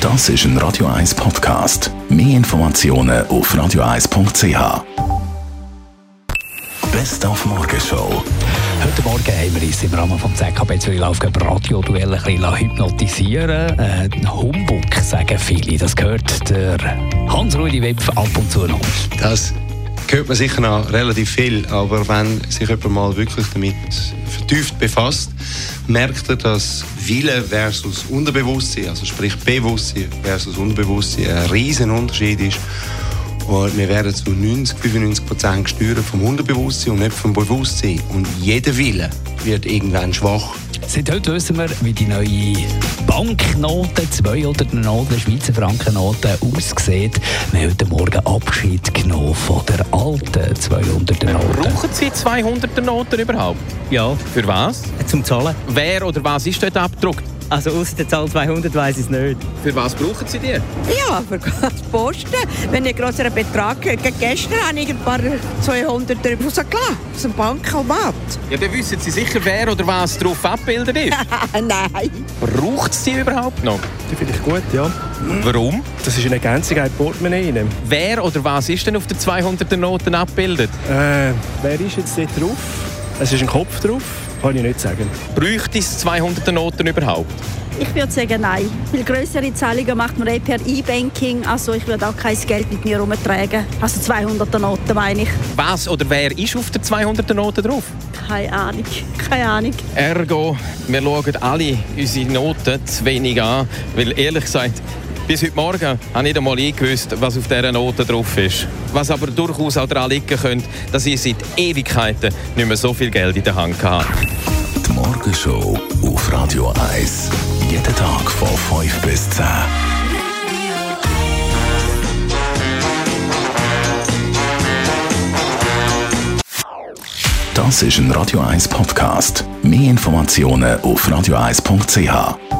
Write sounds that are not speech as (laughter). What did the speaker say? Das ist ein Radio 1 Podcast. Mehr Informationen auf radio1.ch. Best auf Morgenshow. Heute Morgen haben wir uns im Rahmen vom ZKB Zürich Lauf über Radioduell ein bisschen hypnotisieren lassen. Äh, Humbug sagen viele. Das gehört der Hans-Rudi Wipf ab und zu noch. Das hört man sicher noch relativ viel, aber wenn sich jemand mal wirklich damit vertieft befasst, merkt er, dass Wille versus Unterbewusstsein, also sprich Bewusstsein versus Unterbewusstsein, ein riesen Unterschied ist. Und wir werden zu 90, 95 Prozent gesteuert vom Unterbewusstsein und nicht vom Bewusstsein. Und jeder Wille wird irgendwann schwach. Seit heute wissen wir, wie die neue Banknote, 200 Noten, Schweizer Frankennote aussieht. Wir haben heute Morgen Abschied genommen von der alten 200 Note. Brauchen Sie 200er Noten überhaupt? Ja, Für was? zum Zahlen. Wer oder was ist dort abgedruckt? Also aus der Zahl 200 weiß ich es nicht. Für was brauchen Sie die? Ja, für die Posten. Wenn ich einen grösseren Betrag gehört gestern habe ich ein paar 200 drüber rausgelassen. Aus dem Bankomat. Ja, dann wissen Sie sicher, wer oder was drauf abgebildet (laughs) ist. Ah, nein. Braucht es die überhaupt noch? Die finde ich gut, ja. Warum? Das ist eine Ergänzung an die Portemonnaie. rein. Wer oder was ist denn auf der 200er Noten abgebildet? Äh, wer ist jetzt dort drauf? Es ist ein Kopf drauf, kann ich nicht sagen. Bräuchte es 200er Noten überhaupt? Ich würde sagen, nein. Viel größere Zahlungen macht man eh per E-Banking. Also ich würde auch kein Geld mit mir herumtragen. Also 200er Noten meine ich. Was oder wer ist auf der 200er Note drauf? Keine Ahnung. Keine Ahnung. Ergo, wir schauen alle unsere Noten zu wenig an, weil ehrlich gesagt, bis heute Morgen habe ich nicht einmal gewusst, was auf dieser Note drauf ist. Was aber durchaus auch daran liegen könnte, dass ich seit Ewigkeiten nicht mehr so viel Geld in der Hand hatte. Die Morgenshow auf Radio 1. Jeden Tag von 5 bis 10. Das ist ein Radio 1 Podcast. Mehr Informationen auf radio1.ch.